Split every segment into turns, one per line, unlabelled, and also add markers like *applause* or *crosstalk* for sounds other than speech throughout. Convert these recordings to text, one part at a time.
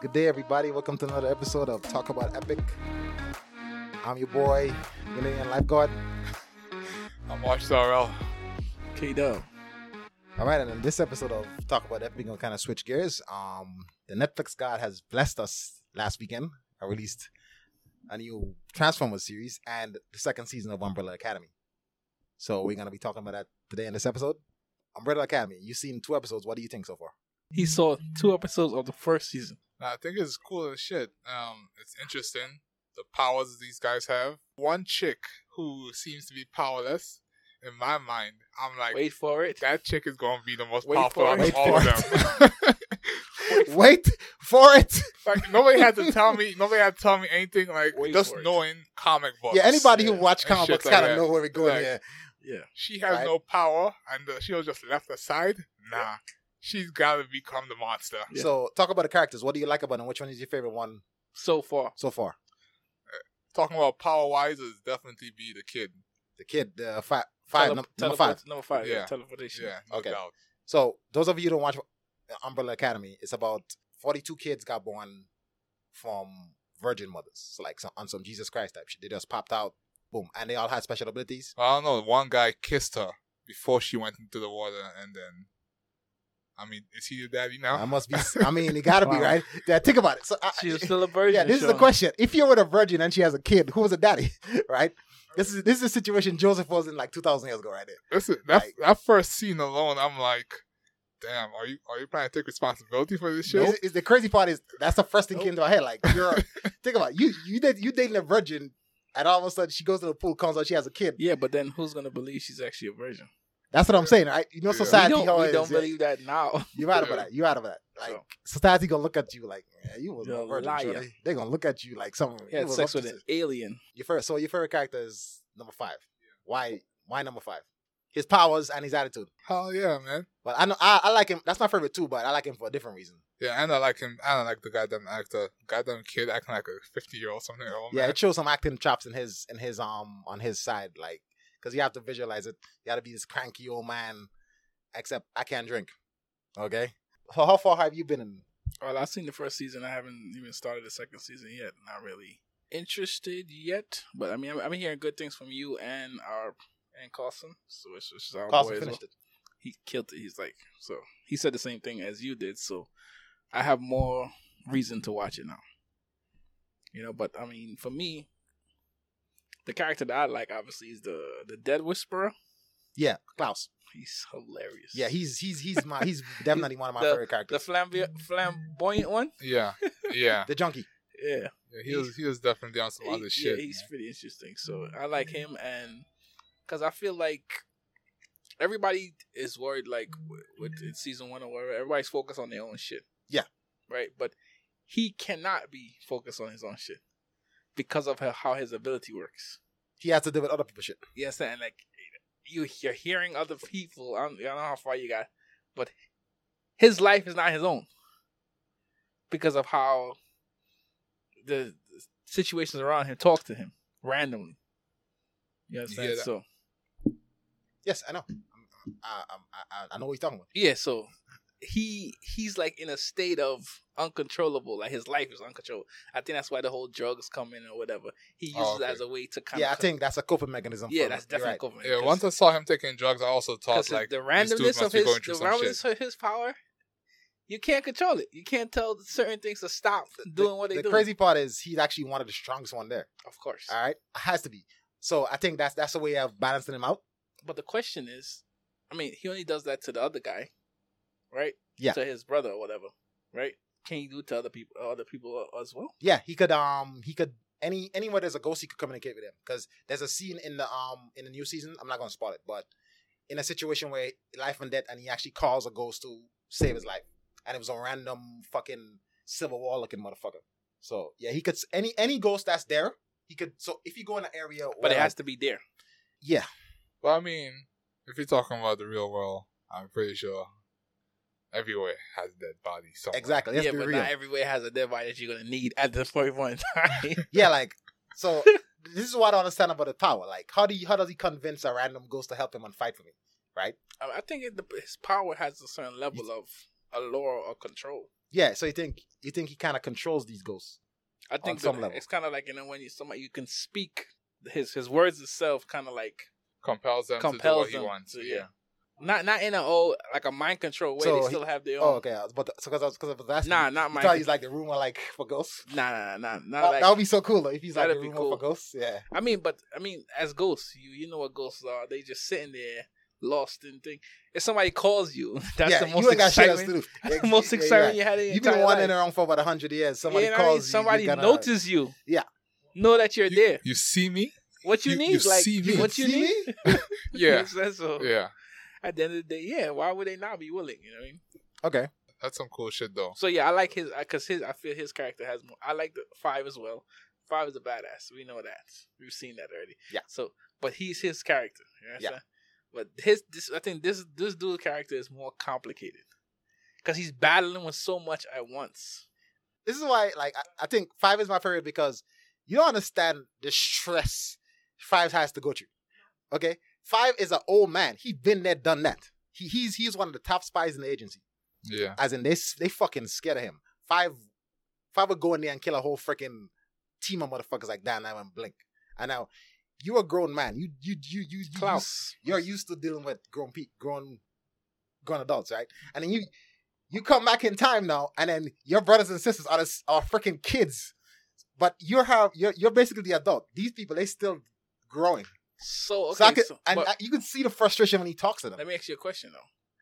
Good day, everybody. Welcome to another episode of Talk About Epic. I'm your boy, Ghanaian Lifeguard.
I'm Arch Sorrell.
K Dub.
All right, and in this episode of Talk About Epic, we're gonna kind of switch gears. Um, the Netflix God has blessed us last weekend. I released a new Transformers series and the second season of Umbrella Academy. So we're gonna be talking about that today in this episode. Umbrella Academy. You've seen two episodes. What do you think so
*laughs*
far?
He saw two episodes of the first season.
Nah, I think it's cool as shit. Um, it's interesting the powers these guys have. One chick who seems to be powerless. In my mind, I'm like,
Wait for it.
that chick is gonna be the most
Wait
powerful
for
out
it.
of all of
Wait
them.
Wait for it.
*laughs* like nobody had to tell
*laughs*
me. Nobody had to tell me anything. Like
Wait
just
for it.
knowing comic books.
Yeah, anybody who
yeah,
watched
and
comic
shit
books
like
kind of
that.
know where we're going.
Like,
yeah.
Yeah.
She has
Right.
no power, and uh, she was just left aside. Nah, she's gotta become the monster.
Yeah.
So talk about the characters. What do you like about them? Which one is your favorite one
So far.
so far?
Talking about power wise is definitely be the kid.
The kid, the five, five,
Tele-
num- number
teleport-
five.
Number five, yeah.
Yeah.
Teleportation.
Yeah, no
Okay.
doubt.
So those of you who don't watch Umbrella Academy, it's about forty-two kids got born from virgin mothers, so like some, on some Jesus Christ type shit. They just popped out, boom, and they all had special abilities.
I don't know. One guy kissed her before she went into the water, and then, I mean, is he your daddy now?
I must be. I mean, it gotta be
Wow.
right. Yeah, think about it. So I,
She's still a
*laughs*
virgin.
yeah, this is the
Sean.
question. If you're with a virgin and she has a kid, who was a daddy, *laughs* right? This is this is a situation Joseph was in like two thousand years ago, right there.
Listen, that
Like-
that first scene alone, I'm like, damn, are you are you trying to take responsibility for this shit?
Is, is the crazy part is that's the first thing came to my head. Like you're *laughs* think about it. you you did you dating a virgin and all of a sudden she goes to the pool, comes out, she has a kid.
Yeah, but then who's gonna believe she's actually a virgin?
That's what I'm saying, right? You know
Yeah. We
I
society
don't,
how it
we
is,
don't
yeah.
believe that now.
You're out of that. You're out of that. Like
So.
society gonna look at you like yeah, you was
You're
a
a
virgin.
liar.
shorty. They gonna look at you like something.
He had sex with an alien.
Your first, so your favorite character is number five. Why why number five? His powers and his attitude.
Hell yeah, man.
But I know I, I like him. That's my favorite too, but I like him for a different reason.
Yeah, and I like him. I don't like the goddamn actor, goddamn kid acting like a fifty year old something. Oh,
Yeah,
man.
it shows some acting chops in his in his um on his side, like because you have to visualize it. You got to be this cranky old man, except I can't drink. Okay, how, how far have you been in?
Well, I've seen the first season. I haven't even started the second season yet. Not really interested yet. But I mean, I'm, I'm hearing good things from you and our and Carlson. So it's just our
Carlson
boy as well.
finished it.
he killed it. He's like, so he said the same thing as you did. So I have more reason to watch it now. You know, but I mean, for me, the character that I like obviously is the the Dead Whisperer.
Yeah, Klaus.
He's hilarious.
Yeah, he's he's he's my *laughs* he's definitely one of my
The-
favorite
the
characters.
flambi- flamboyant one. *laughs*
yeah, yeah.
The junkie.
Yeah,
yeah he was he was definitely on some
He-
other shit.
yeah, he's
man.
pretty interesting. So I like him, and because I feel like everybody is worried, like with, with in season one or whatever, everybody's focused on their own shit.
Yeah.
right. But he cannot be focused on his own shit because of how- how his ability works.
He has to deal with other people's shit.
You understand? Like you, you're hearing other people. I don't, I don't know how far you got, but his life is not his own because of how the the situations around him talk to him randomly. You understand?
Yeah, that-
so
Yes, I know. I'm, I, I'm, I I know what you're talking about.
yeah, so he he's like in a state of uncontrollable. Like his life is uncontrollable. I think that's why the whole drugs come in or whatever. He uses
Oh,
it
okay.
as a way to kind
yeah, I
of
think that's a coping mechanism.
yeah,
for
that's
him. You're
definitely
right.
covering.
Yeah,
'cause-
once I saw him taking drugs, I also thought
Because
like
the
dude
randomness
must
of
be
his
going through
the
some shit.
randomness of his power, you can't control it. You can't tell certain things to stop doing what they
The
do.
crazy part is he's actually one of the strongest one there.
of course.
All right, has to be. So I think that's that's a way of balancing him out.
But the question is, I mean, he only does that to the other guy, right?
Yeah.
To his brother or whatever, right? Can you do it to other people, other people as well?
Yeah, he could um he could any anywhere there's a ghost he could communicate with him because there's a scene in the um in the new season I'm not gonna spoil it but in a situation where life and death and he actually calls a ghost to save his life and it was a random fucking civil war looking motherfucker so yeah he could s- any any ghost that's there he could so if you go in an area
But it
where,
has
like-
to be there.
yeah
Well, I mean, if you're talking about the real world, I'm pretty sure everywhere has dead bodies. Somewhere.
exactly it has
yeah,
to be
but
real.
not everywhere has a dead body that you're gonna need at this point in time.
*laughs* yeah like
*laughs*
so this is what I don't understand about the power like how do you, how does he convince a random ghost to help him and fight for me
I I think it, his power has a certain level of allure or control.
Yeah, so you think you think he kind of controls these ghosts?
I think
some
that
level.
it's kind of like you know when you somebody you can speak his his words itself kind of like
compels them to do
compels
what
them.
he wants.
to,
yeah.
Not not in a old like a mind control way.
So
they
he-
still have their
Oh,
own.
okay. But because because of that,
Nah, not
I
mind.
thought
con-
he's like the rumor like for ghosts.
Nah, nah, nah, nah, not
That,
like.
that would be so cool though, if he's like the
That'd be
rumor
cool.
for ghosts. Yeah,
I mean, but I mean, as ghosts, you you know what ghosts are? They just sitting there, lost in thing. If somebody calls you, *laughs* that's
yeah,
the most
you ain't got shit else to
excitement.
do.
That's *laughs* the most
Yeah, yeah.
excitement you had in your
You've been
entire
wandering
life.
around for about hundred years. Somebody
you know what I mean?
calls you.
Somebody
you gotta-
notices you.
Yeah.
Know that you're there.
You see me?
What you,
you-
need,
you
like
see me.
what you
See
need. *laughs*
me?
Yeah.
*laughs*
That's- so.
yeah.
At the end of the day, yeah. Why would they not be willing? You know what I mean?
Okay.
That's some cool shit though.
So yeah, I like his because his I feel his character has more. I like the five as well. Five is a badass. We know that. We've seen that already.
Yeah.
So, but he's his character. You know what I'm
Yeah.
saying? But his this I think this this dude's character is more complicated because he's battling with so much at once.
this is why like I, I think five is my favorite because you don't understand the stress five has to go through. Okay, five is an old man. He been there, done that. He, he's he's one of the top spies in the agency.
Yeah.
As in they s- they fucking scared of him. Five five would go in there and kill a whole freaking team of motherfuckers like that and I went blink. And now you're a grown man. You you you you, you
Klaus.
you're used to dealing with grown pe- grown grown adults, right? And then you you come back in time now, and then your brothers and sisters are the s are freaking kids, but you have you're you're basically the adult. These people they still growing.
So okay.
so I could,
so-
and
but
I- you can see the frustration when he talks to them.
let me ask you a question though.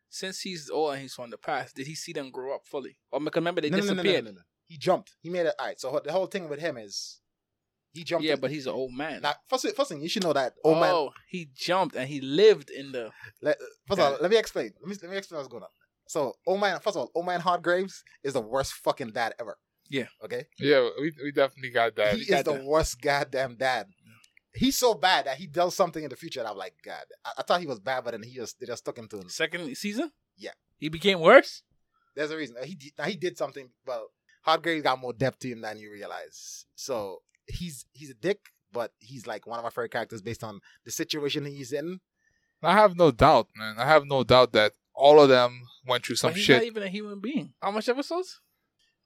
Since he's old and he's from the past, did he see them grow up fully? Or because remember they
No, no, no, no, no,
disappeared.
no, no. He jumped. He made it. All right. So ho- the whole thing with him is he jumped.
Yeah,
in-
but he's an old man.
now first, thing- first thing you should know that. Oh, man,
he jumped and he lived in the
Let, first of all, let me explain. Let me let me explain what's going on. So, oh man, first of all, oh man, Hardgraves is the worst fucking dad ever.
Yeah.
Okay.
Yeah, we, we definitely got that.
He is the
goddamn-
worst goddamn dad. He's so bad that he does something in the future, and I'm like, God, I, I thought he was bad, but then he just they just took him to him.
second season.
Yeah.
he became worse.
There's a reason. He did- now he did something. Well, Hardgraves got more depth to him than you realize. So he's he's a dick, but he's like one of my favorite characters based on the situation he's in.
I have no doubt, man. I have no doubt that all of them went through some
but he's
shit.
not even a human being. How much episodes?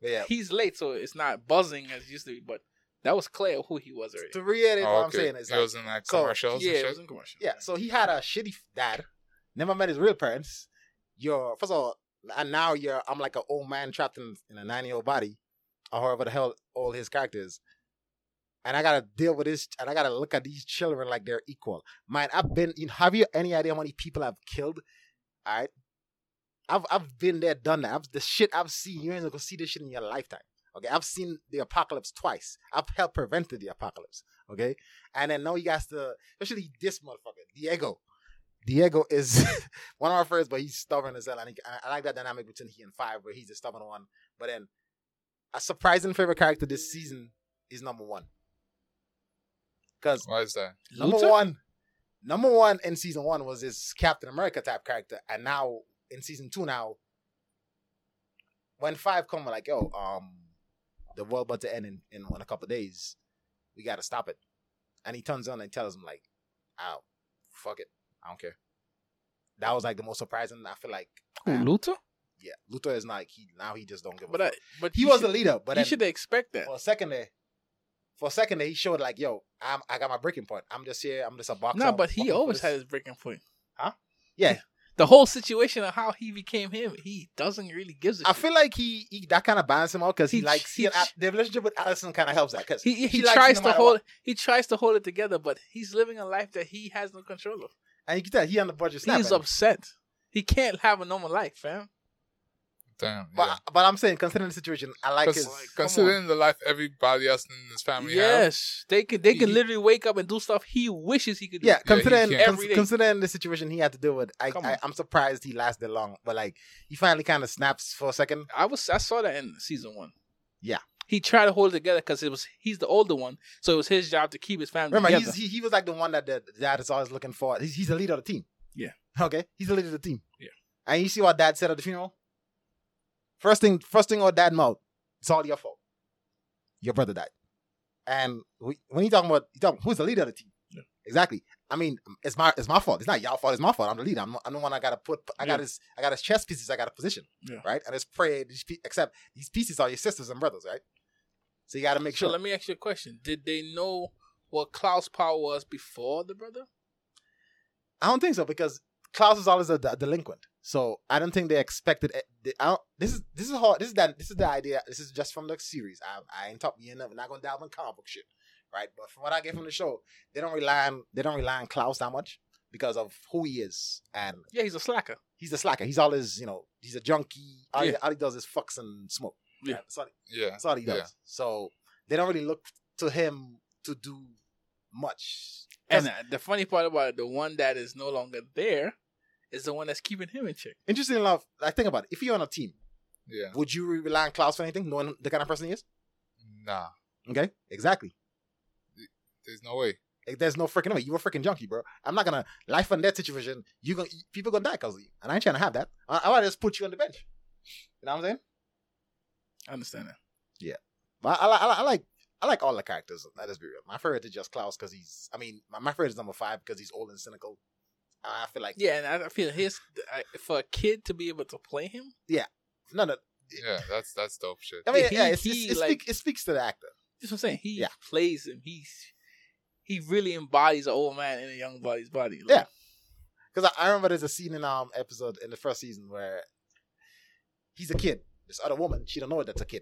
But yeah.
He's late, so it's not buzzing as it used to be. But that was clear who he was already.
To reiterate
Oh,
what I'm
okay.
saying, is
it
like,
was in like
so,
commercials.
yeah,
and
it
shit.
was in commercial.
Yeah, so he had a shitty dad. Never met his real parents. You're first of all, and now you're I'm like an old man trapped in, in a nine year old body, or however the hell all his characters. And I gotta deal with this, and I gotta look at these children like they're equal. Man, I've been. You know, have you any idea how many people I've killed? All right, I've I've been there, done that. I've, the shit I've seen, you ain't gonna see this shit in your lifetime. Okay, I've seen the apocalypse twice. I've helped prevent the apocalypse. Okay, and then now you got to especially this motherfucker, Diego. Diego is *laughs* one of our first, but he's stubborn as hell. And he, I- I like that dynamic between he and Five, where he's the stubborn one. But then, a surprising favorite character this season is number one. Because
Why is that?
number
Luta?
one, number one in season one was this Captain America type character, and now in season two now, when Five come we're like yo, um, the world about to end in in, in a couple days, we gotta stop it, and he turns on and tells him like, ow, fuck it, I don't care. That was like the most surprising. I feel like ah,
Who, Luthor?
yeah, Luthor is like he now he just don't give a.
But I,
fuck.
but
he
you
was
should,
the leader, but
you
then,
should expect that.
for a second there, for a second there, he showed like, yo, I'm, I got my breaking point. I'm just here. I'm just a boxer.
No,
I'm
but he
fucking
always
for
had
this."
his breaking point.
Yeah,
The whole situation of how he became him, he doesn't really gives a
I
shit.
feel like he, he that kind of balanced him out because he,
He-
likes
he-
he, uh, the relationship with Allison kind of helps that because
He he, he
likes you
tries
no
to
matter
hold
what.
he tries to hold it together, but he's living a life that he has no control of.
and you can tell he on the budget snap.
He's upset. He can't have a normal life, fam.
Damn.
But
yeah.
but I'm saying considering the situation, I like
'Cause
his.
like, come
Considering the life everybody else in this family have,
Yes, they could. They could
He-
literally wake up and do stuff he wishes he could do.
yeah,
he
considering
can't.
cons-
Every day.
considering the situation he had to deal with, I,
Come
I
on.
I'm surprised he lasted long. But like he finally kind of snaps for a second.
I was. I saw that in season one.
Yeah.
he tried to hold it together because it was he's the older one, so it was his job to keep his family
Remember,
together.
he's, he, he was like the one that the dad is always looking for. He's, he's the leader of the team.
Yeah.
Okay. He's the leader of the team.
Yeah.
And you see what dad said at the funeral? First thing, first thing our dad mouth, it's all your fault. Your brother died. And we, when he talking about, he talking, who's the leader of the team? Exactly. I mean, it's my it's my fault. It's not y'all fault. It's my fault. I'm the leader. I'm, I'm the one I gotta put. I got
Yeah.
his I got his chess pieces. I got a position.
Yeah.
Right. And it's pray. These pe- except these pieces are your sisters and brothers, right? So you gotta make
So
sure.
let me ask you a question. Did they know what Klaus Power was before the brother?
I don't think so because Klaus is always a, de- delinquent. So I don't think they expected. it- They, I don't, this is this is hard. This is that. This is the idea. This is just from the series. I I ain't talking. You know, not gonna delve in comic book shit, right? But from what I get from the show, they don't rely on they don't rely on Klaus that much because of who he is and
Yeah, he's a slacker.
he's a slacker. He's always you know he's a junkie. All, he,
Yeah.
all he does is fucks and smoke.
Yeah.
That's all,
Yeah.
that's all he does.
Yeah.
So they don't really look to him to do much.
And uh, the funny part about it, the one that is no longer there is the one that's keeping him in check.
Interesting enough, like think about it. If you're on a team.
Yeah.
Would you rely on Klaus for anything, knowing the kind of person he is?
Nah.
Okay, exactly.
There's no way.
Like, There's no freaking way. You're a freaking junkie, bro. I'm not gonna life and death situation. You gonna people gonna die because of you, and I ain't trying to have that. I, I want to just put you on the bench. You know what I'm saying?
I understand that.
But I, I, li- I, li- I like I like all the characters. Let us be real. My favorite is just Klaus because he's. I mean, my, my favorite is number five because he's old and cynical. I feel like
Yeah, and I- I feel his I, for a kid to be able to play him,
no, no.
Yeah, that's that's dope shit.
I mean,
Yeah, he-
yeah, it's,
he,
it's, it,
like-
speak, it speaks to the actor.
that's what I'm saying. He
Yeah.
plays him. He's he really embodies an old man in a young body's body. Like,
Yeah. Because I, I remember there's a scene in um episode in the first season where he's a kid. This other woman, she don't know that's a kid.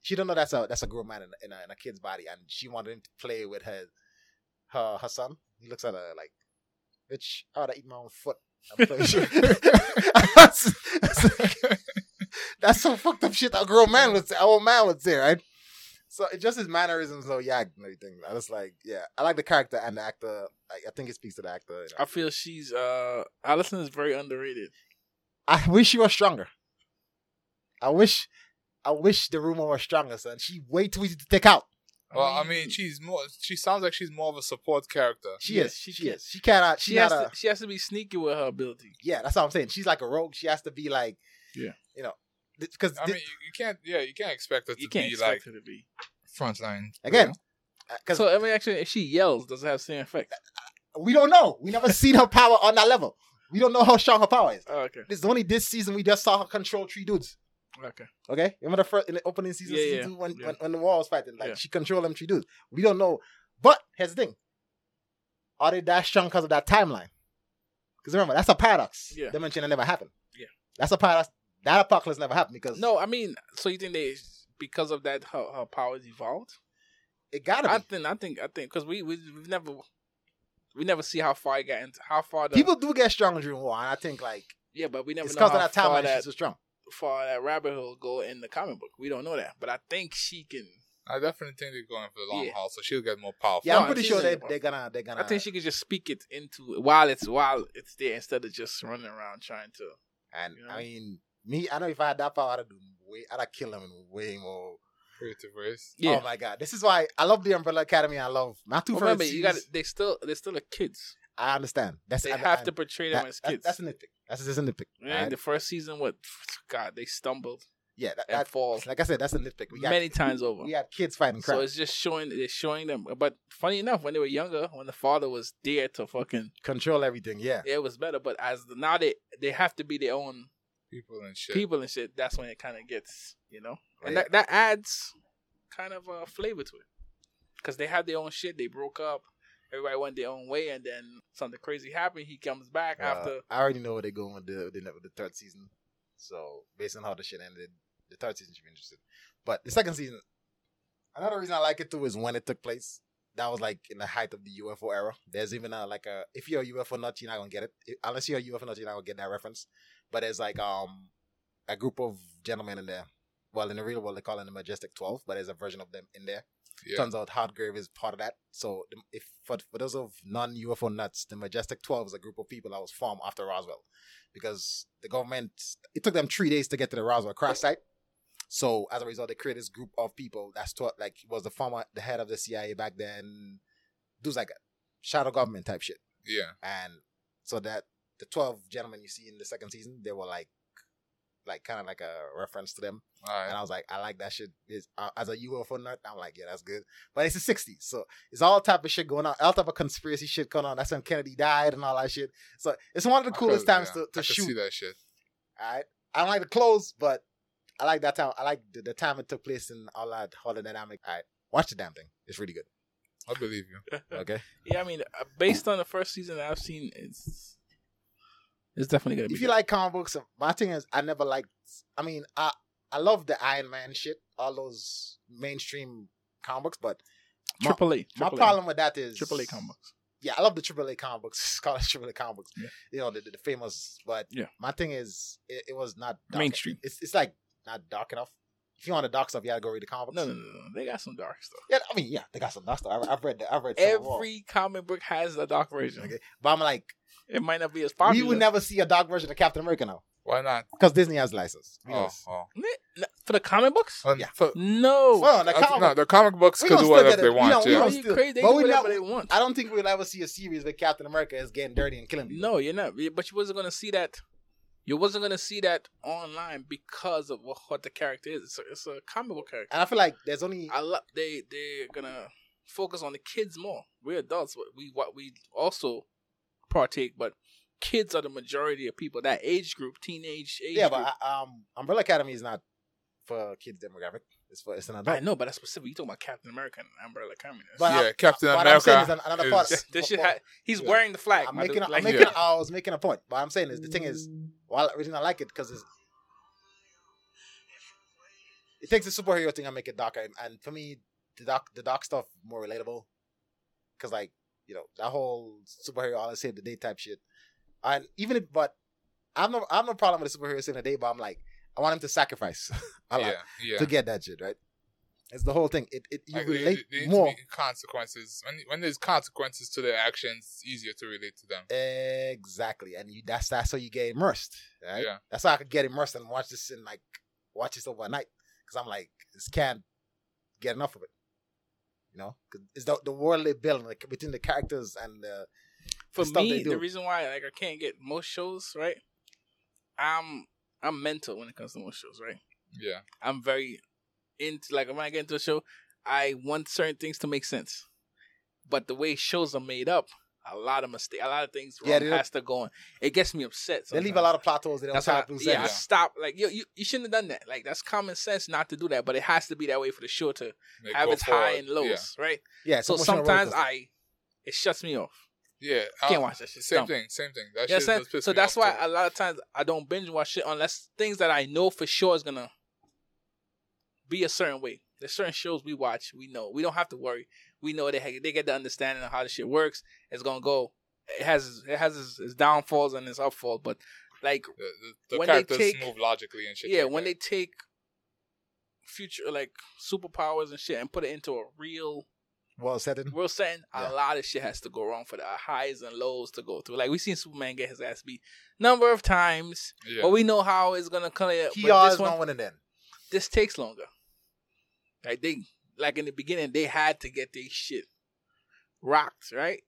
She don't know that's a that's a grown man in, in, a, in a kid's body, and she wanted him to play with her her her son. He looks at her like, "Bitch, I would eat my own foot." and play with you." that's, that's, *laughs* that's some fucked up shit. A grown man would say. An old man would say, right? So it just his mannerisms, though, yeah, and everything. I was like, yeah, I like the character and the actor. Like, I think it speaks to the actor. you know.
I feel she's uh Allison is very underrated.
I wish she was stronger. I wish, I wish the rumor was stronger, son. She way too easy to take out.
Well, I mean, she's more. She sounds like she's more of a support character.
She
Yeah,
is.
she
She,
can't-
is. She cannot. She,
she
not
has
a.
to, she has to be sneaky with her ability.
yeah, that's what I'm saying. She's like a rogue. She has to be like.
Yeah.
You know, because
I mean, you, you can't. Yeah, you can't expect her to
You can't
be
expect
like
her to be.
frontline
Again, uh,
you know?
because
So I mean, actually, if she yells, does it have the same effect?
we don't know. We never seen her power on that level. We don't know how strong her power is.
Oh, okay,
This only this season we just saw her control three dudes.
okay.
Okay, remember the first in the opening season,
Yeah,
season
yeah,
two, when,
yeah.
when when the war was fighting, like
Yeah.
she controlled them three dudes. We don't know, but here's the thing: are they that strong because of that timeline? Because remember, that's a paradox.
Yeah.
dimension that never happened.
Yeah.
that's a paradox. That apocalypse never happened because
No, I mean, so you think they because of that her, her powers evolved?
it gotta be.
I think I think I think because we, we we've never we never see how far it got into how far the
People do get strong during war, and I think like
yeah, but we never
it's
know
because
how
of that
far
timeline
that
she's so strong.
far that rabbit hole go in the comic book. We don't know that, but I think she can.
I definitely think they're going for the long
Yeah.
haul, so she'll get more powerful.
Yeah,
No,
I'm pretty
she's
sure
in
they
the-
they're gonna they're gonna.
I think she can just speak it into while it's while it's there instead of just running around trying to.
and
you know.
I mean, me, I know if I had that power, I'd do way, I'd kill them in way more.
Creative race.
Oh my god, this is why I love the Umbrella Academy. I love my two
remember
favorite
you got
series-
they still they still are kids.
I understand. That's
They
I-
have
I-
to portray them
that-
as
that-
kids.
That's a nitpick. That's just a nitpick.
Man,
right?
the first season, what God, they stumbled
Yeah, that,
and
that,
fall
like I said, that's a nitpick. We got
many times over.
we had kids fighting crap.
So it's just showing they're showing them. But funny enough, when they were younger, when the father was there to fucking,
Control everything. Yeah,
it was better. But as the, now they they have to be their own
People and shit.
people and shit. That's when it kind of gets you know, and
Yeah.
that that adds kind of a flavor to it because they had their own shit. They broke up. Everybody went their own way, and then something crazy happened. He comes back
Uh,
after.
I already know where they're going with the, with the with the third season. So based on how the shit ended, the third season should be interesting. But the second season, another reason I like it too is when it took place. That was like in the height of the UFO era. There's even a, like a if you're a UFO nut, you're not gonna get it. If- unless you're a UFO nut, you're not gonna get that reference. But there's like um a group of gentlemen in there. Well, in the real world, they call them the Majestic Twelve, but there's a version of them in there.
Yeah.
Turns out Hardgrave is part of that. So the- if for, for those of non UFO nuts, the Majestic Twelve is a group of people that was formed after Roswell, because the government it took them three days to get to the Roswell crash site. So as a result, they created this group of people that's taught like was the former the head of the CIA back then, dudes like that, shadow government type shit.
Yeah.
And so that the twelve gentlemen you see in the second season, they were like like kind of like a reference to them.
All
And
right.
I was like, I like that shit. It's, uh, as a UFO nut, I'm like, yeah, that's good. But it's the '60s, so it's all type of shit going on, all type of conspiracy shit going on. That's when Kennedy died and all that shit. So it's one of the coolest
I feel-
times
yeah,
to, to
I could see
shoot.
that shit.
All right, I don't like the clothes, but I like that time. I like the, the time it took place and all that holodynamic. All right, watch the damn thing. It's really good.
I believe you.
Okay,
*laughs* Yeah, I mean, uh, based on the first season that I've seen, it's it's definitely gonna be.
if you
good.
like comic books, my thing is, I never liked. I mean, I I love the Iron Man shit, all those mainstream comic books, but my-
Triple A,
my
Triple A.
problem with that is
Triple A comic books.
yeah, I love the AAA comic books, *laughs* college AAA comic books.
Yeah.
You know, the, the, the famous. But
Yeah.
my thing is, it, it was not dark.
Mainstream.
It's it's like not dark enough. If you want the dark stuff, you gotta go read the comic books.
No, no, no, no. They got some dark stuff.
Yeah, I mean, yeah, they got some dark stuff. I, I've read that. I've read some of all.
Every comic book has a dark version.
Okay. But I'm like,
It might not be as popular.
we would never see a dark version of Captain America now
Why not?
because Disney has license. We know
Oh,
this.
oh.
N- for the comic books.
And
Yeah.
for-
No,
Well, the
uh,
comic.
no, the comic books
We
could
don't
do
still
whatever
get
they
it. We
want.
don't- we
yeah.
Are
don't-
you
still-
crazy? They
but
do
we
whatever
not-
they want.
I don't think we'll ever see a series where Captain America is getting dirty and killing people.
No, you're not. You- But you wasn't gonna see that. You wasn't gonna see that online because of what, what the character is. It's a, it's a comic book character.
And I feel like there's only
I love they they're gonna focus on the kids more. We're adults, but we what we also partake, but kids are the majority of people that age group, teenage age.
yeah,
group.
but I, um, Umbrella Academy is not for kids demographic. It's for it's an
I,
adult.
know, but that's specific. You talking about Captain America and Umbrella Academy?
But
yeah,
I'm-
Captain
but I'm
America.
saying is an- another
is-
part.
That's- *laughs*
*laughs*
this shit
Well,
ha- he's
yeah.
wearing the flag.
I'm
my
making.
dude.
A, I'm
Like,
making.
yeah.
a- I was making a point, but I'm saying is the thing is, well, the reason I like it because it takes the superhero thing and make it darker, and, and for me, the dark the dark stuff more relatable, because like you know that whole superhero always save the day type shit, and even if but I'm no I'm no problem with the superhero saving the day, but I'm like I want him to sacrifice *laughs* a lot
Yeah, yeah.
to get that shit right. It's the whole thing. It, it you
Like, there-
relate
there needs to
more.
be consequences. When, when there's consequences to their actions, it's easier to relate to them.
Exactly, and you that's that's how you get immersed, right?
Yeah.
That's how I could get immersed and watch this and like watch this overnight because I'm like, this can't get enough of it, you know? 'Cause it's the the world they build like between the characters and the
for
stuff they
me,
do.
the reason why like I can't get most shows right, I'm I'm mental when it comes to most shows right.
Yeah,
I'm very into like when I get into a show, I want certain things to make sense. But the way shows are made up, a lot of mistake, a lot of things
Yeah,
wrong
they
yeah,
don't-
has to go on. It gets me upset.
they leave a
sometimes.
lot of plot holes they don't
That's
try
why,
to do
yeah, I
sense.
stop. Like you, you, you shouldn't have done that. Like that's common sense not to do that. But it has to be that way for the show to
They
have
go
its high
forward.
and lows, right?
Yeah,
So sometimes I, it shuts me off.
Yeah, yeah. I-
Can't watch that shit.
Same
Dumb.
thing, same thing. That
You
shit
understand?
does piss
So
me
that's
off
why
too.
a lot of times I don't binge watch shit unless things that I know for sure is gonna be a certain way. There's certain shows we watch, we know. We don't have to worry. We know they ha- they get the understanding of how the shit works. It's gonna go. It has it has its, its downfalls and its upfalls, but like
the, the, the
when they
characters
take-
move logically and shit.
yeah,
like
when
that.
they take future like superpowers and shit and put it into a real
well setting.
world setting,
Yeah.
a lot of shit has to go wrong for the highs and lows to go through. Like we seen Superman get his ass beat number of times.
yeah.
But we know how it's gonna come. out.
He
But
always
this one,
not winning then.
this takes longer. Like they, like in the beginning, they had to get their shit rocked, right?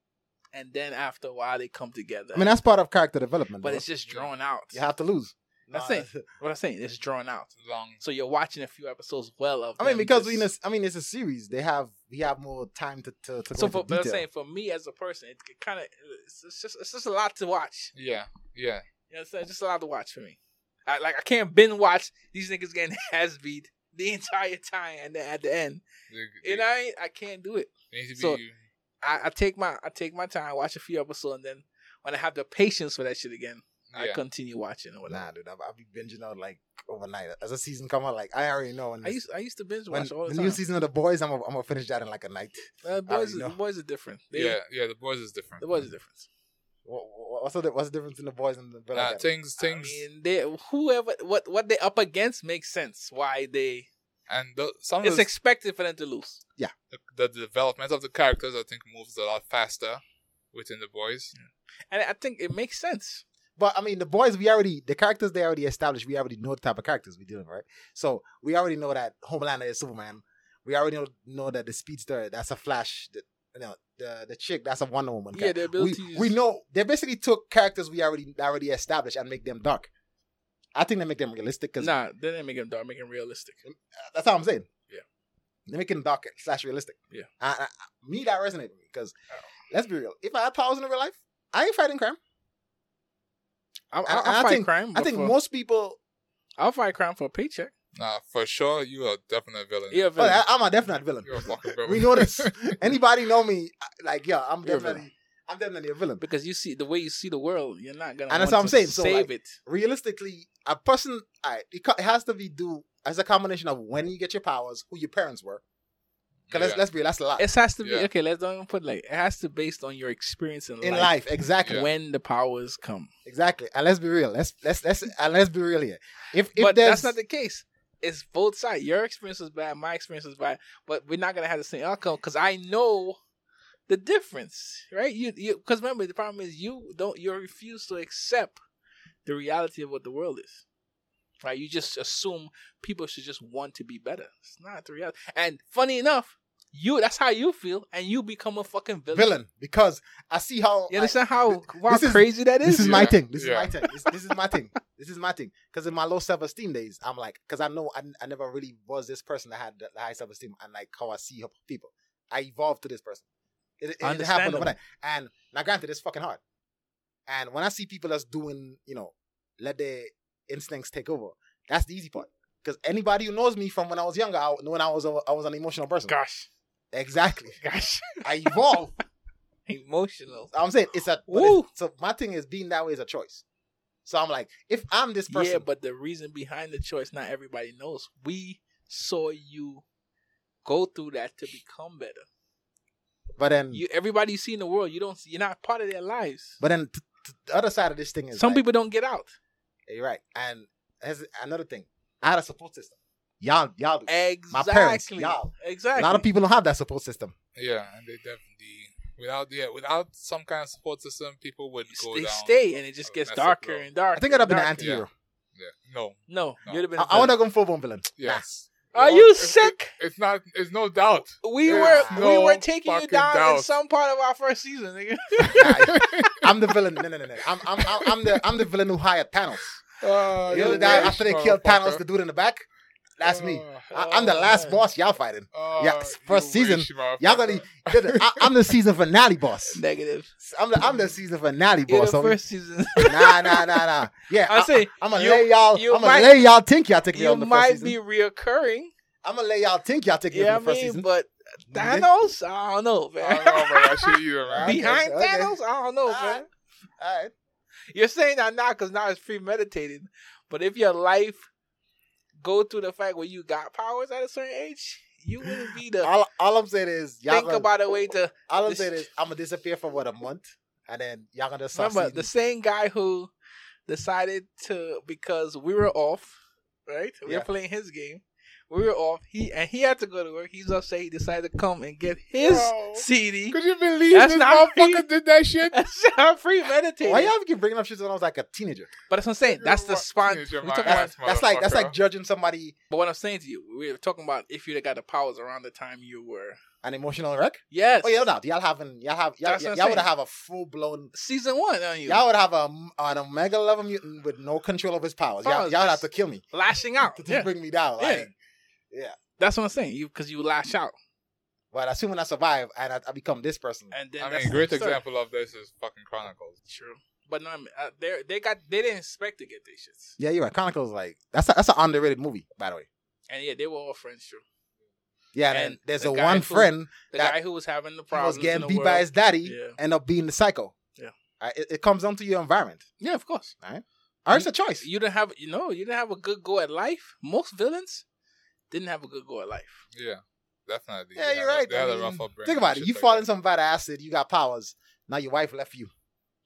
And then after a while, they come together.
I mean, that's part of character development.
but
bro.
it's just drawn out.
you have to lose.
That's
Nah,
it. What I'm saying, it's drawn out.
long
So you're watching a few episodes well of.
*laughs* I mean,
them
because we.
just-
In a, I mean, it's a series. They have we have more time to to, to
So
go
for,
into
but I'm
detail.
saying for me as a person, it, kind of it's, it's just it's just a lot to watch.
yeah, yeah.
You know what I'm saying? Just a lot to watch for me. I, like I can't binge watch these niggas getting *laughs* ass beat the entire time, and then at the end
They,
and
they,
I ain't- I can't do it.
they need to be
so- I, I take my I take my time, watch a few episodes, and then when I have the patience for that shit again, I
yeah.
continue watching or whatever.
Nah, dude, I'll, I'll be binging out like overnight as a season come out. Like I already know when,
I
this-
used I used to binge
when
watch all
the
the
new
time.
season of The Boys, I'm gonna, I'm gonna finish that in like a night.
Uh, boys,
already know.
the boys are different. They,
yeah, yeah. The boys is different.
there was a difference.
What, what's the what's the difference in The Boys and the Umbrella
Nah,
Academy?
Uh, things, things,
Things. I mean, they whoever what what they up against makes sense. Why they
and the, some of
it's
the,
expected for them to lose.
the development of the characters, I think, moves a lot faster within the boys.
And I think it makes sense.
But I mean, The Boys, we already the characters they already established. We already know the type of characters we're dealing with, right. So we already know that Homelander is Superman. We already know, know that the Speedster that's a Flash. The, you know the the chick that's a Wonder Woman.
Yeah, the
we,
abilities.
we know they basically took characters we already already established and make them dark. I think they make them realistic because
Nah, they didn't make him dark, make him realistic.
that's how I'm saying.
Yeah.
They make them dark slash realistic.
Yeah. Oh.
I, I, I- me that resonated with me because let's be real. If I had powers in real life, I ain't fighting crime.
I, I,
I-
I,
I
fight
think-
crime.
I
but
think
for-
most people. oh,
I'll fight crime for a paycheck.
Nah, for sure, you are definitely a villain.
Yeah,
But
villain.
I, I'm a definite villain.
You're a fucking villain.
We know this.
*laughs*
Anybody know me? I- Like yeah, I'm
You're a
definitely. I'm definitely a villain.
because you see the way you see the world, you're not gonna.
And that's
want
what I'm saying,
to
so,
save
like-
it.
realistically, a person, all right, it, co- it has to be due as a combination of when you get your powers, who your parents were. Because
Yeah.
let's, let's be real, that's a lot.
It has to be
Yeah.
okay. Let's don't even put like it has to based on your experience in,
in life,
life,
exactly,
Yeah.
when the powers come.
exactly. And let's be real. Let's let's let's and let's be real here. If if
but
there's
that's not the case. It's both sides. Your experience was bad. My experience was bad. But we're not gonna have the same outcome because I know the difference, right? You, you. Because remember, the problem is you don't. You refuse to accept the reality of what the world is. Right? You just assume people should just want to be better. It's not the reality. And funny enough, you. That's how you feel, and you become a fucking villain.
villain because I see how
You
I-
understand how how
this is-
crazy that
this is my
Yeah.
thing. This is
Yeah.
my thing. This, this is my thing. This is my thing. Because in my low self esteem days, I'm like, because I know I, I never really was this person that had the high self esteem and like how I see people. I evolved to this person. It, it, it happened
Understandable.
overnight. And now, granted, it's fucking hard. And when I see people that's doing, you know, let their instincts take over, that's the easy part. Because anybody who knows me from when I was younger, I, when I was a, I was an emotional person.
Gosh,
Exactly.
gosh, *laughs*
I evolved.
emotional.
I'm saying it's a. but
Woo.
it's- so my thing is being that way is a choice. So I'm like, if I'm this person,
Yeah, but the reason behind the choice, not everybody knows. We saw you go through that to become better.
But then,
You, everybody you see in the world, you don't. You're not part of their lives.
Hmm. but then t- t- the other side of this thing is
Some
like,
people don't get out.
You're right, and that's another thing. I had a support system. Y'all, y'all, do.
Exactly.
parents, y'all.
Exactly.
a lot of people don't have that support system.
Yeah, and they definitely without yeah without some kind of support system, people would go
they
down. Oh,
stay, and it just
a
gets
massive
darker
road.
and darker.
I think I'd have been an
and darker.
anti-hero.
Yeah, no,
No,
No.
you'd have been.
I,
a
I would have gone full blown villain.
yes.
villain. Are
No,
you
it's-
sick?
It's not. It's no doubt.
We
There's
were
no
we were taking you
fucking
down in
doubt.
some part of our first season, nigga.
Nah, I'm the villain. No, no, no, no. I'm, I'm, I'm, I'm the, I'm the villain who hired Thanos.
Oh,
Uh,
You know, that after they killed Thanos, the dude in the back. That's
Uh,
me. I,
Oh,
I'm the last boss y'all fighting. Yeah, first season, Y'all gonna, I, I'm the season finale boss.
*laughs* Negative.
I'm the, I'm the season finale
In the
boss. homie.
first
*laughs*
season,
Nah, nah, nah, nah. Yeah,
I say
I'm gonna
you-
lay y'all.
you
I'm
might-
gonna lay y'all. Think y'all take me
you
on the first
might
season.
be reoccurring.
I'm gonna lay y'all. Think y'all take me on
Yeah, I
the first
mean,
season.
but Thanos, I don't know,
I
man.
don't know about that shit either,
*laughs*
man.
Be-
Behind
Oh, okay. Ah.
Thanos, I don't know, man.
Alright. All right.
You're saying that now because now it's premeditated. But if your life go through the fact where you got powers at a certain age, you wouldn't be the
All, all I'm saying is y'all.
think
gonna,
about a
*laughs*
way to
all I'm
this-
saying is I'm gonna disappear for what a month, and then y'all gonna just start
remember
seeing
the same guy who decided to because we were off, right? We
Yeah.
were playing his game. We were off. He and he had to go to work. He's upset. He decided to come and get his
Bro.
CD.
Could you believe
That's
this
not me.
motherfucker did that shit?
*laughs* That's not premeditated.
Why y'all keep bringing up shit when I was like a
*laughs*
teenager?
But that's what I'm saying. That's the
You're a
spot.
teenager,
We're
my
talking about,
That's,
ass,
that's like that's like
motherfucker.
judging somebody
but what I'm saying to you, we're talking about if you got the powers around the time you were.
an emotional wreck.
Yes.
Oh yeah, no, doubt. y'all having y'all have y'all,
That's what I'm
y'all would
saying.
have a full blown.
Season one on you.
Y'all would have a an omega level mutant with no control of his powers. Y'all,
Powers,
y'all would
that's-
have to kill me
Lashing
*laughs*
out.
to
Yeah.
bring me down.
Yeah.
Like,
That's what I'm saying. You because you lash out.
But assuming I survive and I, I become this person,
And then
I
that's
mean,
the
great
story.
example of this is fucking Chronicles.
True. But no, I mean, uh, they they got they didn't expect to get these shits.
yeah, you're right. Chronicles like that's a, that's an underrated movie, by the way.
And yeah, they were all friends, true.
Yeah, and,
And
there's
the
a
guy
one
who-
friend
The
That-
guy who was having
who
the
was
problems in
getting
the
beat
world.
by his daddy,
Yeah.
end up being the psycho.
Yeah.
Uh, it, it comes down to your environment.
yeah, of course.
Or it's a choice.
You didn't have you know you didn't have a good go at life. Most villains didn't have a good go at life.
Yeah, definitely.
Yeah,
They
you're
had a-
right.
They had
I
a
mean,
rough upbringing.
Think about it.
shit
You
like
fall
that.
in some bad acid. You got powers. Now your wife left you.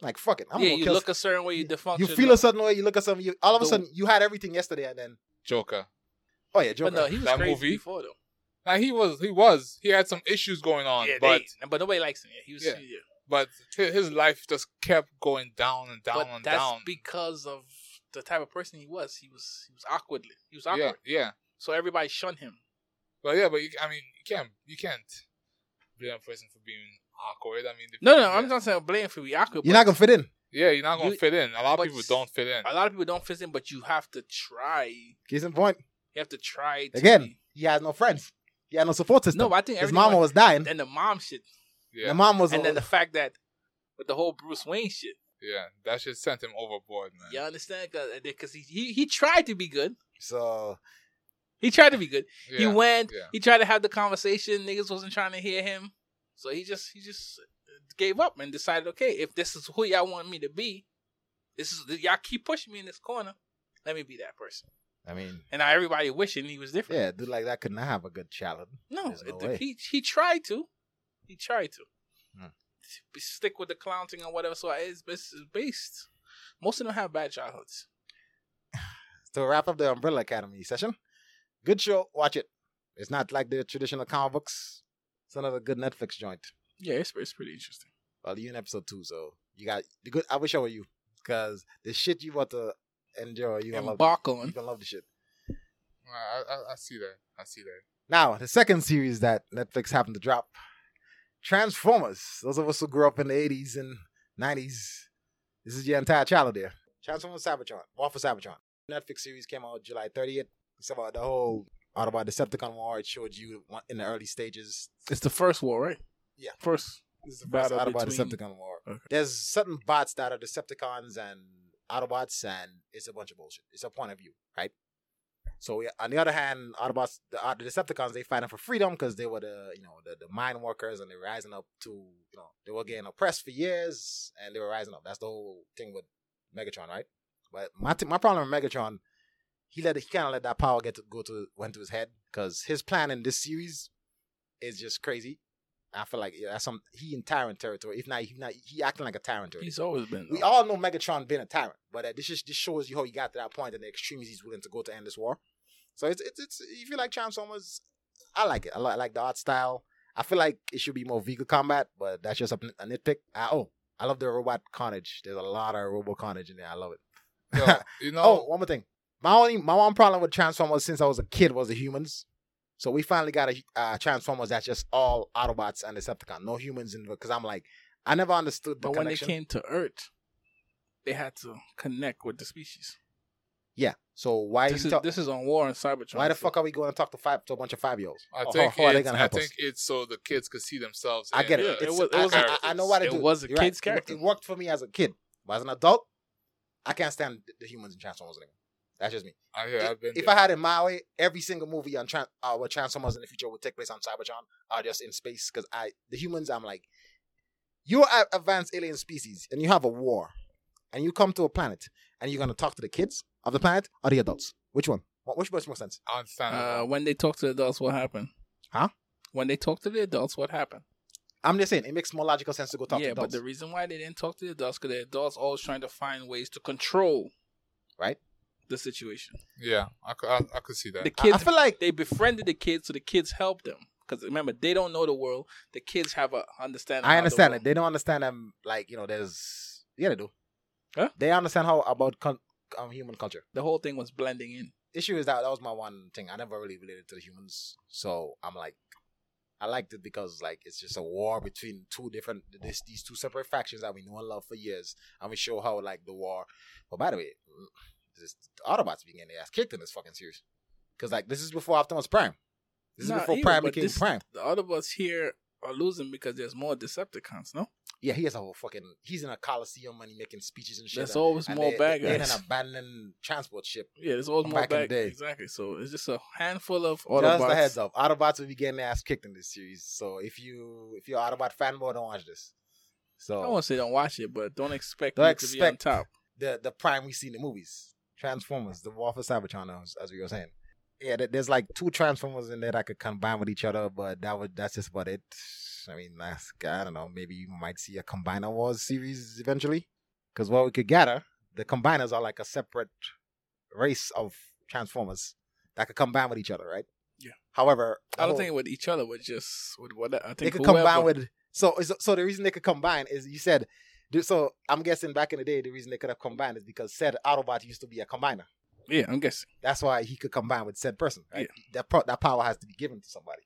Like fuck it, I'm
yeah,
gonna
you
kill.
look a certain way, you defunction.
you feel a certain way. You look at something. You, all of a
The-
sudden, you had everything yesterday, and then
Joker.
oh yeah,
But
Joker.
no, he was
That
crazy
movie.
before though.
Now he was, he was, he had some issues going on,
yeah,
but
they- but nobody likes him. Yeah, he was.
Yeah.
Yeah.
but hi- his life just kept going down and down
But
and
that's
down.
because of the type of person he was. He was he was awkwardly. He was awkward.
yeah, yeah.
So everybody shunned him.
But yeah, but you, I mean, you can't, you can't blame a person for being awkward. I mean, the-
No, no, I'm
yeah.
not saying blame for be awkward.
You're
but
not gonna fit in.
Yeah, you're not gonna
You-
fit in. A lot of
but
people don't fit in.
A lot of people don't fit in, but you have to try. You
Case in point,
have to try to
Again,
be-
he had no friends. He had no support system.
No, but I think
his
everything
mama
went-
was dying.
Then the mom shit,
Yeah,
The mom was.
and then the fact that with the whole Bruce Wayne shit,
yeah, that shit sent him overboard, man.
you understand? Because he, he he tried to be good.
*laughs* so
He tried to be good.
yeah.
He went.
yeah.
He tried to have the conversation. Niggas wasn't trying to hear him, so he just he just gave up and decided, okay, if this is who y'all want me to be, this is y'all keep pushing me in this corner. Let me be that person.
I mean,
And now everybody wishing he was different.
yeah, dude like that could not have a good childhood.
No,
There's no
it- the-
way.
he he tried to, he tried to
Hmm.
Be- stick with the clown thing or whatever. So it's, it's based. Most of them have bad childhoods.
To wrap up the Umbrella Academy session, good show. Watch it. It's not like the traditional comic books. It's another good Netflix joint.
Yeah, it's it's pretty interesting.
Well, you in episode two, so you got the good. I wish I were you, because the shit you about to enjoy, you gonna love.
Embark
You
on.
gonna love the shit.
I, I, I see that. I
*laughs*
see that.
Now, the second series that Netflix happened to drop, Transformers. Those of us who grew up in the eighties and nineties, this is your entire childhood there. Transformers Cybertron, War for Cybertron. Netflix series came out July thirtieth. It's about the whole out about Decepticon War. It showed you one- in the early stages.
It's the first war, right?
Yeah.
first
This is the first
Battle
Autobot
between-
Decepticon War.
Okay.
There's certain bots that are Decepticons and Autobots, and it's a bunch of bullshit. It's a point of view, right? So yeah, on the other hand, Autobots, the, uh, the Decepticons, they fighting for freedom because they were the you know the, the mine workers and they were rising up to you know they were getting oppressed for years and they were rising up. That's the whole thing with Megatron, right? But my th- my problem with Megatron, he let he kind of let that power get to go to went to his head because his plan in this series is just crazy. I feel like yeah, that's some he in tyrant territory. If not, he not he acting like a tyrant. Territory.
he's always been.
We
though.
all know Megatron being a tyrant, but uh, this is this shows you how he got to that point and the extremes he's willing to go to end this war. So it's it's, it's if you like Transformers, I like it. I, li- I like the art style. I feel like it should be more vehicle combat, but that's just a, nit- a nitpick. Uh, oh, I love the robot carnage. There's a lot of robo carnage in there. I love it.
Yo, you know,
Oh, one more thing. My only my one problem with Transformers since I was a kid was the humans. So we finally got a uh, Transformers that's just all Autobots and Decepticon, no humans in because I'm like, I never understood the
but when they
connection.
came to Earth, they had to connect with the species.
yeah. So why
this
you
is
talk-
this is on war and Cybertron.
why the fuck are we going to talk to five to a bunch of five year olds?
I think
how oh, are they
it's,
gonna
I
help us?
think it's so the kids could see themselves.
I
in
get it.
the-
Yeah, it
It's-
was- it was
I,
a-
I- I know what it,
it
do.
was a
You're right.
kid's character.
It worked for me as a kid, but as an adult, I can't stand the- the humans in Transformers anymore. That's just me.
I, yeah, I've been
if
there.
I had it my way, every single movie on Tran- uh, with Transformers in the future would take place on Cybertron or just in space because I the humans I'm like, you're an advanced alien species and you have a war, and you come to a planet and you're gonna talk to the kids of the planet or the adults. Which one? What which makes more sense?
I understand.
Uh, when they talk to the adults, what happened?
Huh?
When they talk to the adults, what happened?
I'm just saying it makes more logical sense to go talk
yeah,
to adults.
but the reason why they didn't talk to the adults because the adults always trying to find ways to control,
Right.
the situation.
yeah, I, cou- I, I could see that.
The
I-
kids,
I feel like
they befriended the kids, so the kids helped them because remember they don't know the world. The kids have a understanding.
I understand it. They don't understand them. Like you know, there's yeah, they do.
Huh?
They understand how about con- um, human culture.
The whole thing was blending in.
issue is that that was my one thing. I never really related to the humans, so I'm like, I liked it because like it's just a war between two different this, these two separate factions that we know and love for years, and we show how like the war. But by the way, this, the Autobots began their ass kicked in this fucking series because like this is before Optimus Prime. This
Nah,
is before
even,
Prime
but
became
this-
Prime.
The other ones here are losing because there's more Decepticons. No,
Yeah, he has a whole fucking. He's in a coliseum and he making speeches and shit.
there's
and,
always
and
more
they,
bad
They in
guys.
an abandoned transport ship.
yeah, there's always
From
more
back in the
bad.
day.
Exactly. So it's just a handful of
Just a heads
Autobots.
up, Autobots will be getting their ass kicked in this series. So if you if you're an Autobot fanboy, don't watch this.
I
So
won't say don't watch it, but don't expect
Don't
me to be on
expect-
top.
the the prime we see in the movies, Transformers, the War for Cybertron, as, as we were saying. Yeah, there- there's like two Transformers in there that could combine with each other, but that would that's just about it. I mean, that's, I don't know. Maybe you might see a Combiner Wars series eventually, because what we could gather, the Combiners are like a separate race of Transformers that could combine with each other, right?
Yeah.
However, the
I don't
whole-
think with each other, with just with what I think
they could
whoever-
combine with so so- so the reason they could combine is you said th- so I'm guessing back in the day the reason they could have combined is because said Autobot used to be a combiner.
Yeah, I'm guessing.
That's why he could combine with said person. Right? That pro- that power has to be given to somebody.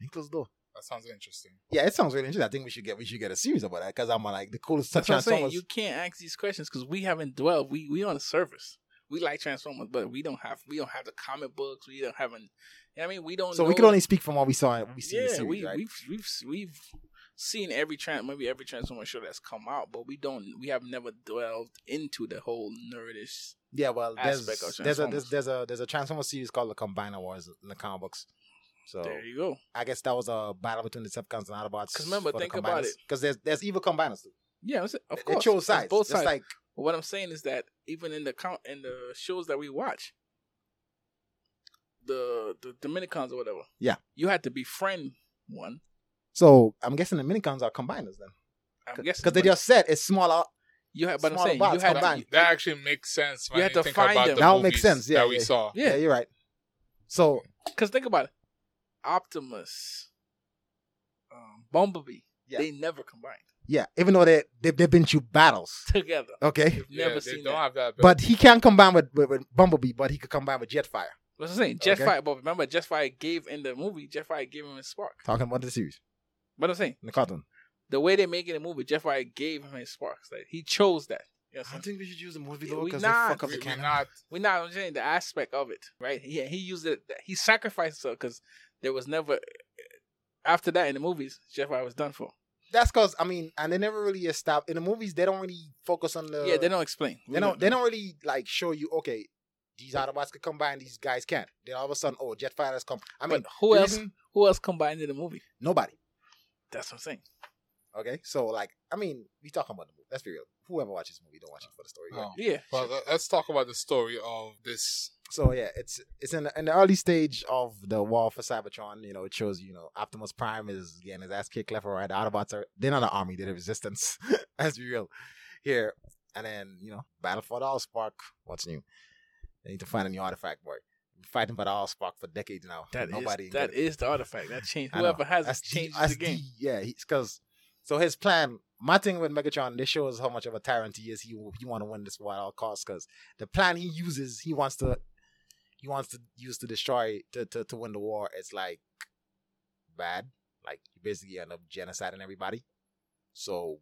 Think close the door.
That sounds interesting.
Yeah, it sounds really interesting. I think we should get we should get a series about that because I'm uh, like the coolest
That's what I'm saying.
Transformers.
You can't ask these questions because we haven't dwelled. We we on the surface. We like Transformers, but we don't have we don't have the comic books. We don't have an. you know what I mean, we don't.
so we
know-
could only speak from what we saw. and We see in
yeah,
the series,
we
right?
we've we've we've seen every trans maybe every Transformer show that's come out, but we don't we have never delved into the whole nerdish.
yeah, well, there's
aspect of
there's a
Transformers.
there's, there's a there's a Transformers series called the Combiner Wars in the comic books. So
There you go.
I guess that was a battle between the Decepticons and Autobots.
'Cause remember, think about it.
Because there's there's evil Combiners. Too.
Yeah, that's it. of
They-
course.
They chose
It's
sides.
Both
Just
sides.
like
But what I'm saying is that even in the count in the shows that we watch, the the Dominicans or whatever,
Yeah.
you had to befriend one.
so, I'm guessing the Minicons are Combiners then,
I'm guessing
because they
but
just said it's smaller.
you had, but I'm
smaller
saying you
bots
had
combined.
to,
That actually makes sense. When
You
you
had to
think
find
about
them.
The
That would make
movies
sense, yeah,
that we
yeah.
saw.
Yeah,
yeah,
you're right. So
Because think about it, Optimus, um, Bumblebee,
Yeah.
they never combined
yeah, even though they they they've been through battles,
together.
okay,
You've never
Yeah, they
seen
don't
that.
have that.
but he can't combine with, with, with Bumblebee, but he could combine with Jetfire.
What's I'm saying?
Okay.
Jetfire, but remember, Jetfire gave in the movie. Jetfire gave him his spark.
Talking about the series,
But I'm saying
the cartoon.
the way they make it in the movie, Jetfire gave him his sparks. Like he chose that. You know what I'm
think
saying?
we should use the movie
Yeah, though, we 'cause they not. fuck up
we, we're not.
We're not I'm saying the aspect of it, right? Yeah, he used it. He sacrificed himself because there was never after that in the movies. Jetfire was done for.
That's because I mean, and they never really stop in the movies. They don't really focus on the
yeah, they don't explain.
They don't. They don't really like show you. Okay, these Autobots could combine. These guys can't. Then all of a sudden, oh, Jetfire has come. I mean,
but who
the
else?
reason-
Who else combined in the movie?
Nobody.
That's what I'm saying.
Okay, so like, I mean, we talking about the movie. Let's be real. Whoever watches the movie don't watch it for the story.
No.
Yeah,
Well, let- let's talk about the story of this.
So yeah, it's it's in the, in the early stage of the war for Cybertron. You know, it shows you know Optimus Prime is getting his ass kicked left or right. The Autobots are they're not an army, they're the resistance. *laughs* Let's be real here. And then you know, battle for the Allspark. What's new? They need to find a new artifact, boy. Fighting for the Allspark for decades now.
that is
Nobody ain't
that
got it.
is the artifact that changed.
I know.
Whoever has
That's
it changes
that's
the game.
yeah, because so his plan. My thing with Megatron, this shows how much of a tyrant he is. He he want to win this war at all costs because the plan he uses, he wants to, he wants to use to destroy to to, to win the war. It's like bad, like you basically end up genociding everybody. So,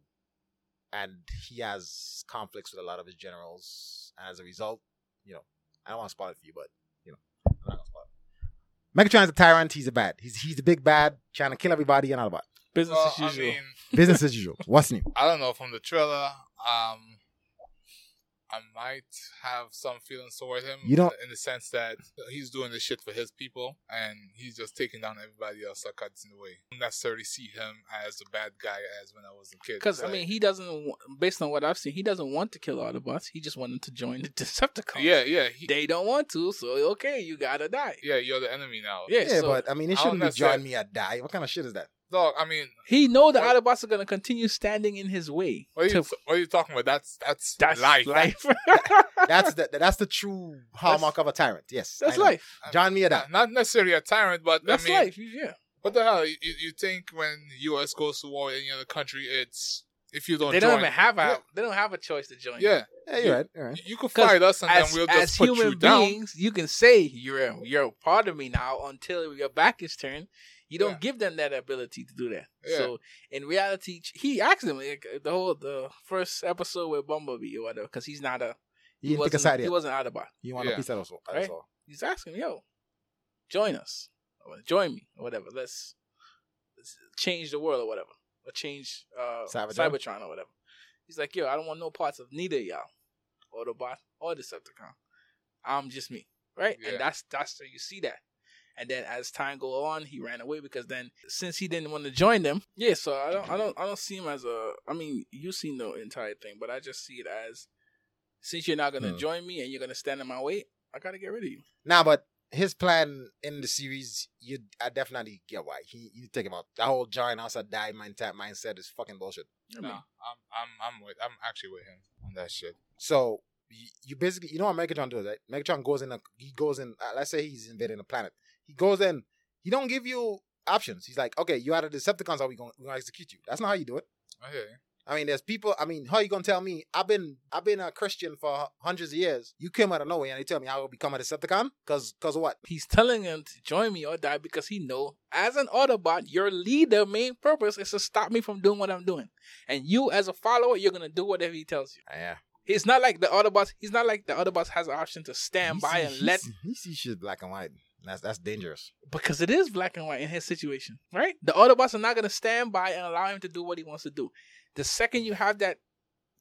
and he has conflicts with a lot of his generals, and as a result, you know, I don't want to spoil it for you, but you know, I'm not gonna spoil it. Megatron's a tyrant. He's a bad. He's he's the big bad trying to kill everybody and all about
Business
Well,
as
I
usual.
mean,
business as usual. What's
*laughs*
new?
I don't know from the trailer. Um, I might have some feelings toward him.
You don't-
in the sense that he's doing this shit for his people, and he's just taking down everybody else that cuts in the way. I don't necessarily see him as the bad guy as when I was a kid.
Because
It's
I
like-
mean, he doesn't. wa- Based on what I've seen, he doesn't want to kill Autobots. He just wanted to join the *laughs* Decepticons.
yeah, yeah, he,
they don't want to, so okay, you gotta die.
yeah, you're the enemy now.
Yeah,
Yeah,
so
but I mean,
I
it
don't
shouldn't be
necessarily-
join me or die. What kind of shit is
*laughs*
that?
dog. I mean,
he know the
What-
Autobots are gonna continue standing in his way.
what are you,
to-
what are you talking about? That's that's,
*laughs* that's
life.
life. *laughs*
That's the that's the true hallmark of a tyrant. Yes, I
that's Uh,
know.
life.
Join me or die.
Not- Not necessarily a tyrant, but
That's
I mean,
life. You- Yeah,
What the hell? You, you you think when U.S. goes to war with any other country, it's if you don't
they
join,
don't even have a.
Yeah.
They don't have a choice to join.
yeah,
Yeah, you're right. All right.
you could
'Cause
fight us and
As,
then we'll
as
just put you
human
down.
beings, you can say you're you're a part of me now until your back is turned. You don't
Yeah.
give them that ability to do that.
Yeah.
So in reality, he asked him like, the whole the first episode with Bumblebee or whatever because he's not a
You didn't pick a
wasn't
side
he
yet.
wasn't Autobot.
You want a
Yeah.
piece out of all.
Right? he's asking, yo, join us, or join me, or whatever. Let's, let's change the world or whatever, or change uh,
Cybertron?
Cybertron. or whatever. He's like, yo, I don't want no parts of neither of y'all, Autobot or Decepticon. I'm just me, right?
Yeah.
And that's that's so you see that. And then as time go on, he ran away because then since he didn't want to join them, yeah. So I don't, I don't, I don't see him as a. I mean, you seen the entire thing, but I just see it as since you're not gonna
Hmm.
join me and you're gonna stand in my way, I gotta get rid of you.
Nah, but his plan in the series, you I definitely get why he you take him out. That whole join us or die mindset mindset is fucking bullshit.
I
No,
mean,
I'm I'm I'm with I'm actually with him on that shit.
So you, you basically you know what Megatron does, right? Megatron goes in a he goes in. Uh, let's say he's invading a planet. He goes in. He don't give you options. He's like, okay, you are the Decepticons. Are we going? We're going to execute you. That's not how you do it.
Okay,
I mean, there's people. I mean, how you gonna tell me? I've been I've been a Christian for hundreds of years. You came out of nowhere and you tell me I will become a Decepticon? Cause cause of what?
He's telling him to join me or die because he know, as an Autobot, your leader main purpose is to stop me from doing what I'm doing, and you as a follower, you're gonna do whatever he tells you.
Yeah,
It's not like the Autobots. He's not like the Autobots has an option to stand by and let
he see shit black and white. That's that's dangerous.
because it is black and white in his situation, right? The Autobots are not going to stand by and allow him to do what he wants to do. The second you have that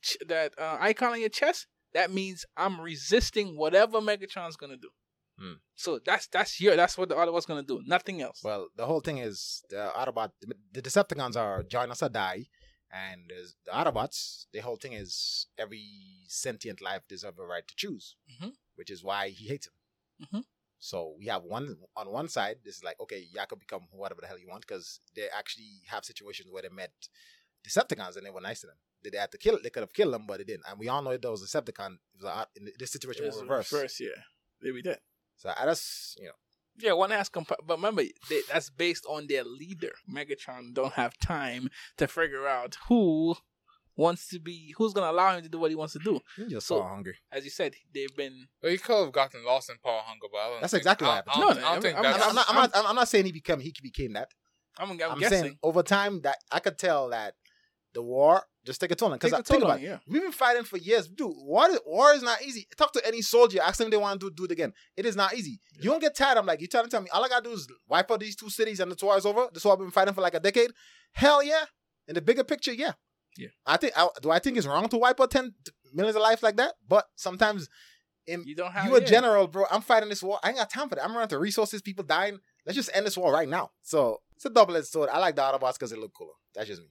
ch- that uh, icon on your chest, that means I'm resisting whatever Megatron's going to do.
Hmm.
So that's that's your that's what the Autobots going to do. Nothing else.
Well, the whole thing is the Autobot, the Decepticons are join us or die, and there's the Autobots. The whole thing is every sentient life deserves a right to choose,
Mhm.
which is why he hates him.
Mhm.
So we have one on one side. This is like okay, y'all could become whatever the hell you want because they actually have situations where they met Decepticons and they were nice to them. They had to kill. They could have killed them, but they didn't. And we all know that was Decepticon. It was a, in this situation was reversed.
yeah. Maybe that.
So I just you know.
Yeah, one has comp- but remember they, that's based on their leader. Megatron don't have time to figure out who wants to be who's going to allow him to do what he wants to do.
You just
So-
so hungry.
As you said, they've been
Well, he could have gotten lost in power hunger, but I don't
That's
think-
exactly what
I-
happened.
I don't,
No,
I
no,
don't think
I'm-
that's.
I'm, not, I'm, not, I'm not saying he became he became that.
I'm, I'm,
I'm,
guessing.
saying over time that I could tell that the war just take a toll. Because
Take the
think
toll
about
on
it.
it, yeah.
We've been fighting for years, dude. War is, war is not easy. Talk to any soldier, ask them if they want to do, do it again. It is not easy. You don't get tired. I'm like, you trying to tell me all I gotta do is wipe out these two cities and the war is over. This war I've been fighting for like a decade. Hell yeah. In the bigger picture, yeah.
Yeah.
I think I, do I think it's wrong to wipe out ten millions of life like that? But sometimes in
You don't have
you a
yeah.
general, bro. I'm fighting this war. I ain't got time for that. I'm running out of resources, people dying. Let's just end this war right now. So it's a double edged sword. I like the Autobots because it look cooler. That's just me.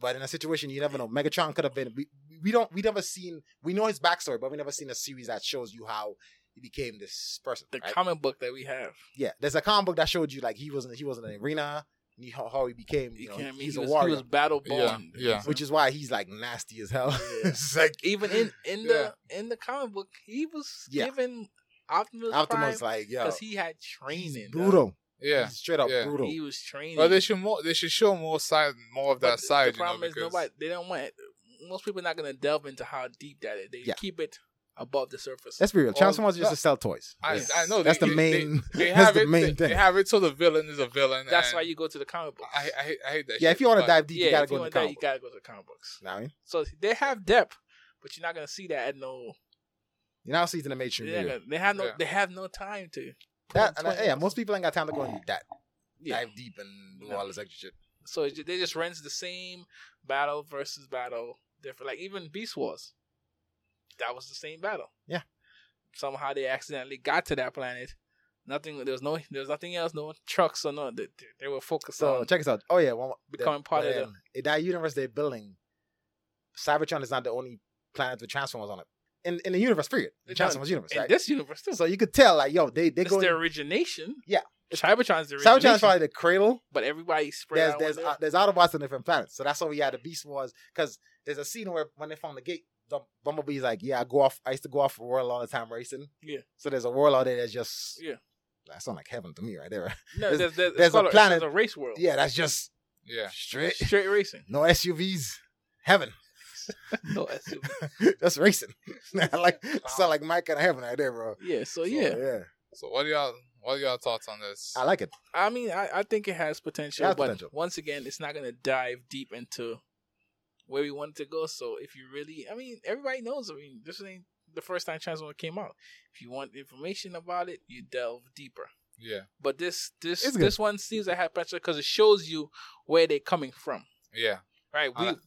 But in a situation, you never know. Megatron could have been. We, we don't. We never seen. We know his backstory, but we never seen a series that shows you how he became this person.
the
right?
comic book that we have.
yeah, there's a comic book that showed you like he was. in- He was in the arena. and he- How, how he became.
You
You know,
can't mean
he's
he
a
was,
warrior,
he was battle
Yeah,
born.
yeah.
which is why he's like nasty as hell. *laughs* it's like
even in in the in the comic book, he was
Yeah.
given Optimus,
Optimus,
Prime
like yo,
because he had
he's
training. dog.
brutal.
Yeah.
He's straight up
Yeah.
brutal.
He was training.
Well, they should more. They should show more side, more of
But
that
the-
side.
The
you
problem
know,
is
because-
nobody. They don't want. It. Most people are not going to delve into how deep that is. They
Yeah.
keep it above the surface.
Let's be real.
All-
Transformers just
no.
to sell toys.
I-
Yes.
I know,
that's
they-
the
they-
main. *laughs*
They
that's
have
the
it.
main
they,
thing.
they have it so the villain is a villain.
That's
and
why you go to the comic books.
I, I, hate- I hate that.
yeah,
shit,
if you want to
but-
dive deep,
yeah,
you gotta
if
go
you
in the
want that,
comic.
you got to go to the comic books.
You know what I mean?
So they have depth, but you're not going to see that at no.
You now see it in the mainstream.
they're
media.
not gonna- They have no.
Yeah.
They have no time to. put
That
in
and I,
20
yeah, most people ain't got time to go and that
Yeah.
dive deep and do
No.
all this extra shit.
So it, ju- they just runs the same battle versus battle, different. Like even Beast Wars, that was the same battle.
Yeah.
Somehow they accidentally got to that planet. Nothing. There was no. There was nothing else. No trucks or no. They, they- they were focused
So
on.
check this out. Oh yeah, one, the-
Becoming part of the-
um, in that universe they're building. Cybertron is not the only planet with Transformers on it. In in the universe, period. The
It's not-
Transformers universe,
in
right?
this universe, too.
So you could tell, like, yo, they they
it's
go.
their origination.
Yeah.
Cybertron's the origination.
Cybertron is probably the cradle.
but everybody spread
there's
out.
there's
with
uh,
it.
there's Autobots on different planets, so that's why we had the Beast Wars. Because there's a scene where when they found the gate, Dum- Bumblebee's like, "Yeah, I go off. I used to go off world all the time racing."
Yeah.
So there's a world out there that's just
Yeah.
That sounds like heaven to me, right
*laughs*
there. *laughs*
no,
there's-
there's, there's,
there's
it's
a
called a
planet-
It's a race world.
yeah, that's just
Yeah.
straight.
Straight
*laughs*
racing.
No SUVs, heaven. *laughs*
No *laughs* SUV.
that's racing. *laughs* I like sound like Mike and heaven right there, bro.
Yeah.
So,
So yeah.
yeah.
So what are y'all? What are y'all thoughts on this?
I like it.
I mean, I, I think it has potential,
It has
but
potential.
once again, it's not going to dive deep into where we want it to go. So if you really, I mean, everybody knows. I mean, this ain't the first time Transformer came out. If you want information about it, you delve deeper.
yeah.
But this this
It's good.
this one seems to have potential because it shows you where they're coming from.
Yeah.
Right?
I
We e,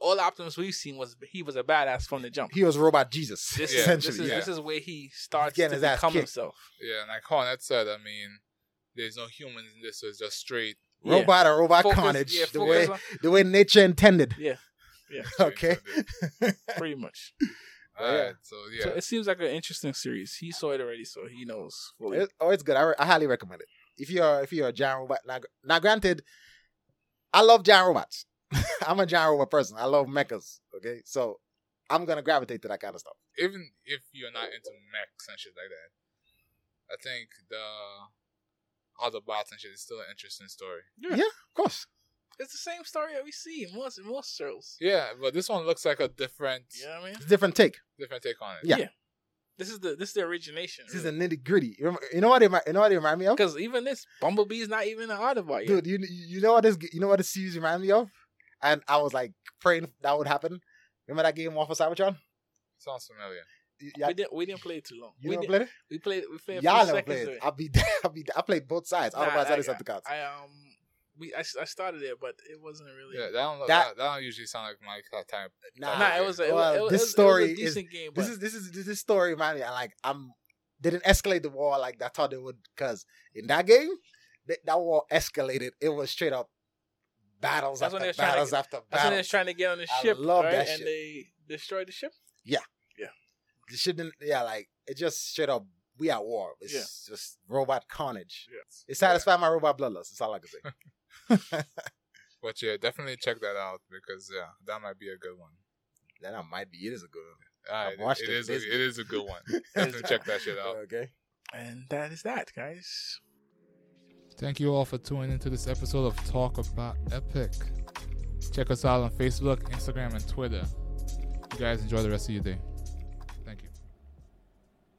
all Optimus we've seen was he was a badass from the jump.
He was robot Jesus,
This,
Yeah.
is,
essentially.
this is
yeah.
this is where he starts to
Getting his ass
become
kicked.
himself.
Yeah. And like Cornette said, I mean, there's no humans in this. So it's
*laughs*
just straight.
Yeah.
Robot or robot
Focus-
carnage,
yeah,
the way
focus on-
the way nature intended. *laughs*
straight
Okay. *laughs*
to the-
pretty much.
All right. So yeah.
So it seems like an interesting series. He saw it already, so he knows. fully.
It- oh, it's good. I, re- I highly recommend it. If you're if you're a giant robot, now, gr- now granted, I love giant robots. *laughs* I'm a giant robot person. I love mechas. Okay, so I'm gonna gravitate to that kind of stuff.
even if you're not into mechs and shit like that, I think the Autobots and shit is still an interesting story.
Yeah, of course.
It's the same story that we see in most in most shows.
Yeah, but this one looks like a different,
You know what I mean?
It's a different take.
different take on it.
Yeah.
This is the this is the origination.
This is the nitty gritty. You rem- you know what? It, remi- you know what it remind me of,
Because even this Bumblebee's not even an Autobot yet.
dude. You you know what this you know what this series remind me of, and I was like praying that would happen. Remember that game Waffle Cybertron?
Sounds familiar.
Y- Yeah,
We didn't we didn't play it too long.
you
we,
never
did,
played it.
we played we played a few
Y'all never
seconds.
played
of
it.
it.
I be *laughs* I be I played both sides.
Nah,
Autobots and
I-
Decepticons.
I um we I, I started it, but it wasn't really.
Yeah, that don't look,
That-
that, that don't usually sound like my ki- type.
Nah,
Nah, it was a, it
Well,
was, it was,
this
it was
story
a
is-
decent game. But
this is this is this, this story reminded me. I like I'm didn't escalate the war like I thought it would because in that game that, that war escalated. It was straight up battles
That's when
after
they was trying to-
battles after
that's when they
battles.
was trying to get on the
I
ship,
love
right?
that shit.
And they destroyed the ship.
The shit didn't, yeah, like it just straight up. We at war. It's
Yeah.
just robot carnage.
Yes.
It satisfied my robot bloodlust. That's all I can
*laughs*
say.
But yeah, definitely check that out because yeah, that might be a good one.
Then I might be. It is a good one.
Alright,
I've watched
it
it.
is.
It
a-
is
it is a good one. definitely check that shit out.
Okay.
And that is that, guys.
*laughs* Thank you all for tuning into this episode of Talk About Epic. Check us out on Facebook, Instagram, and Twitter. You guys enjoy the rest of your day.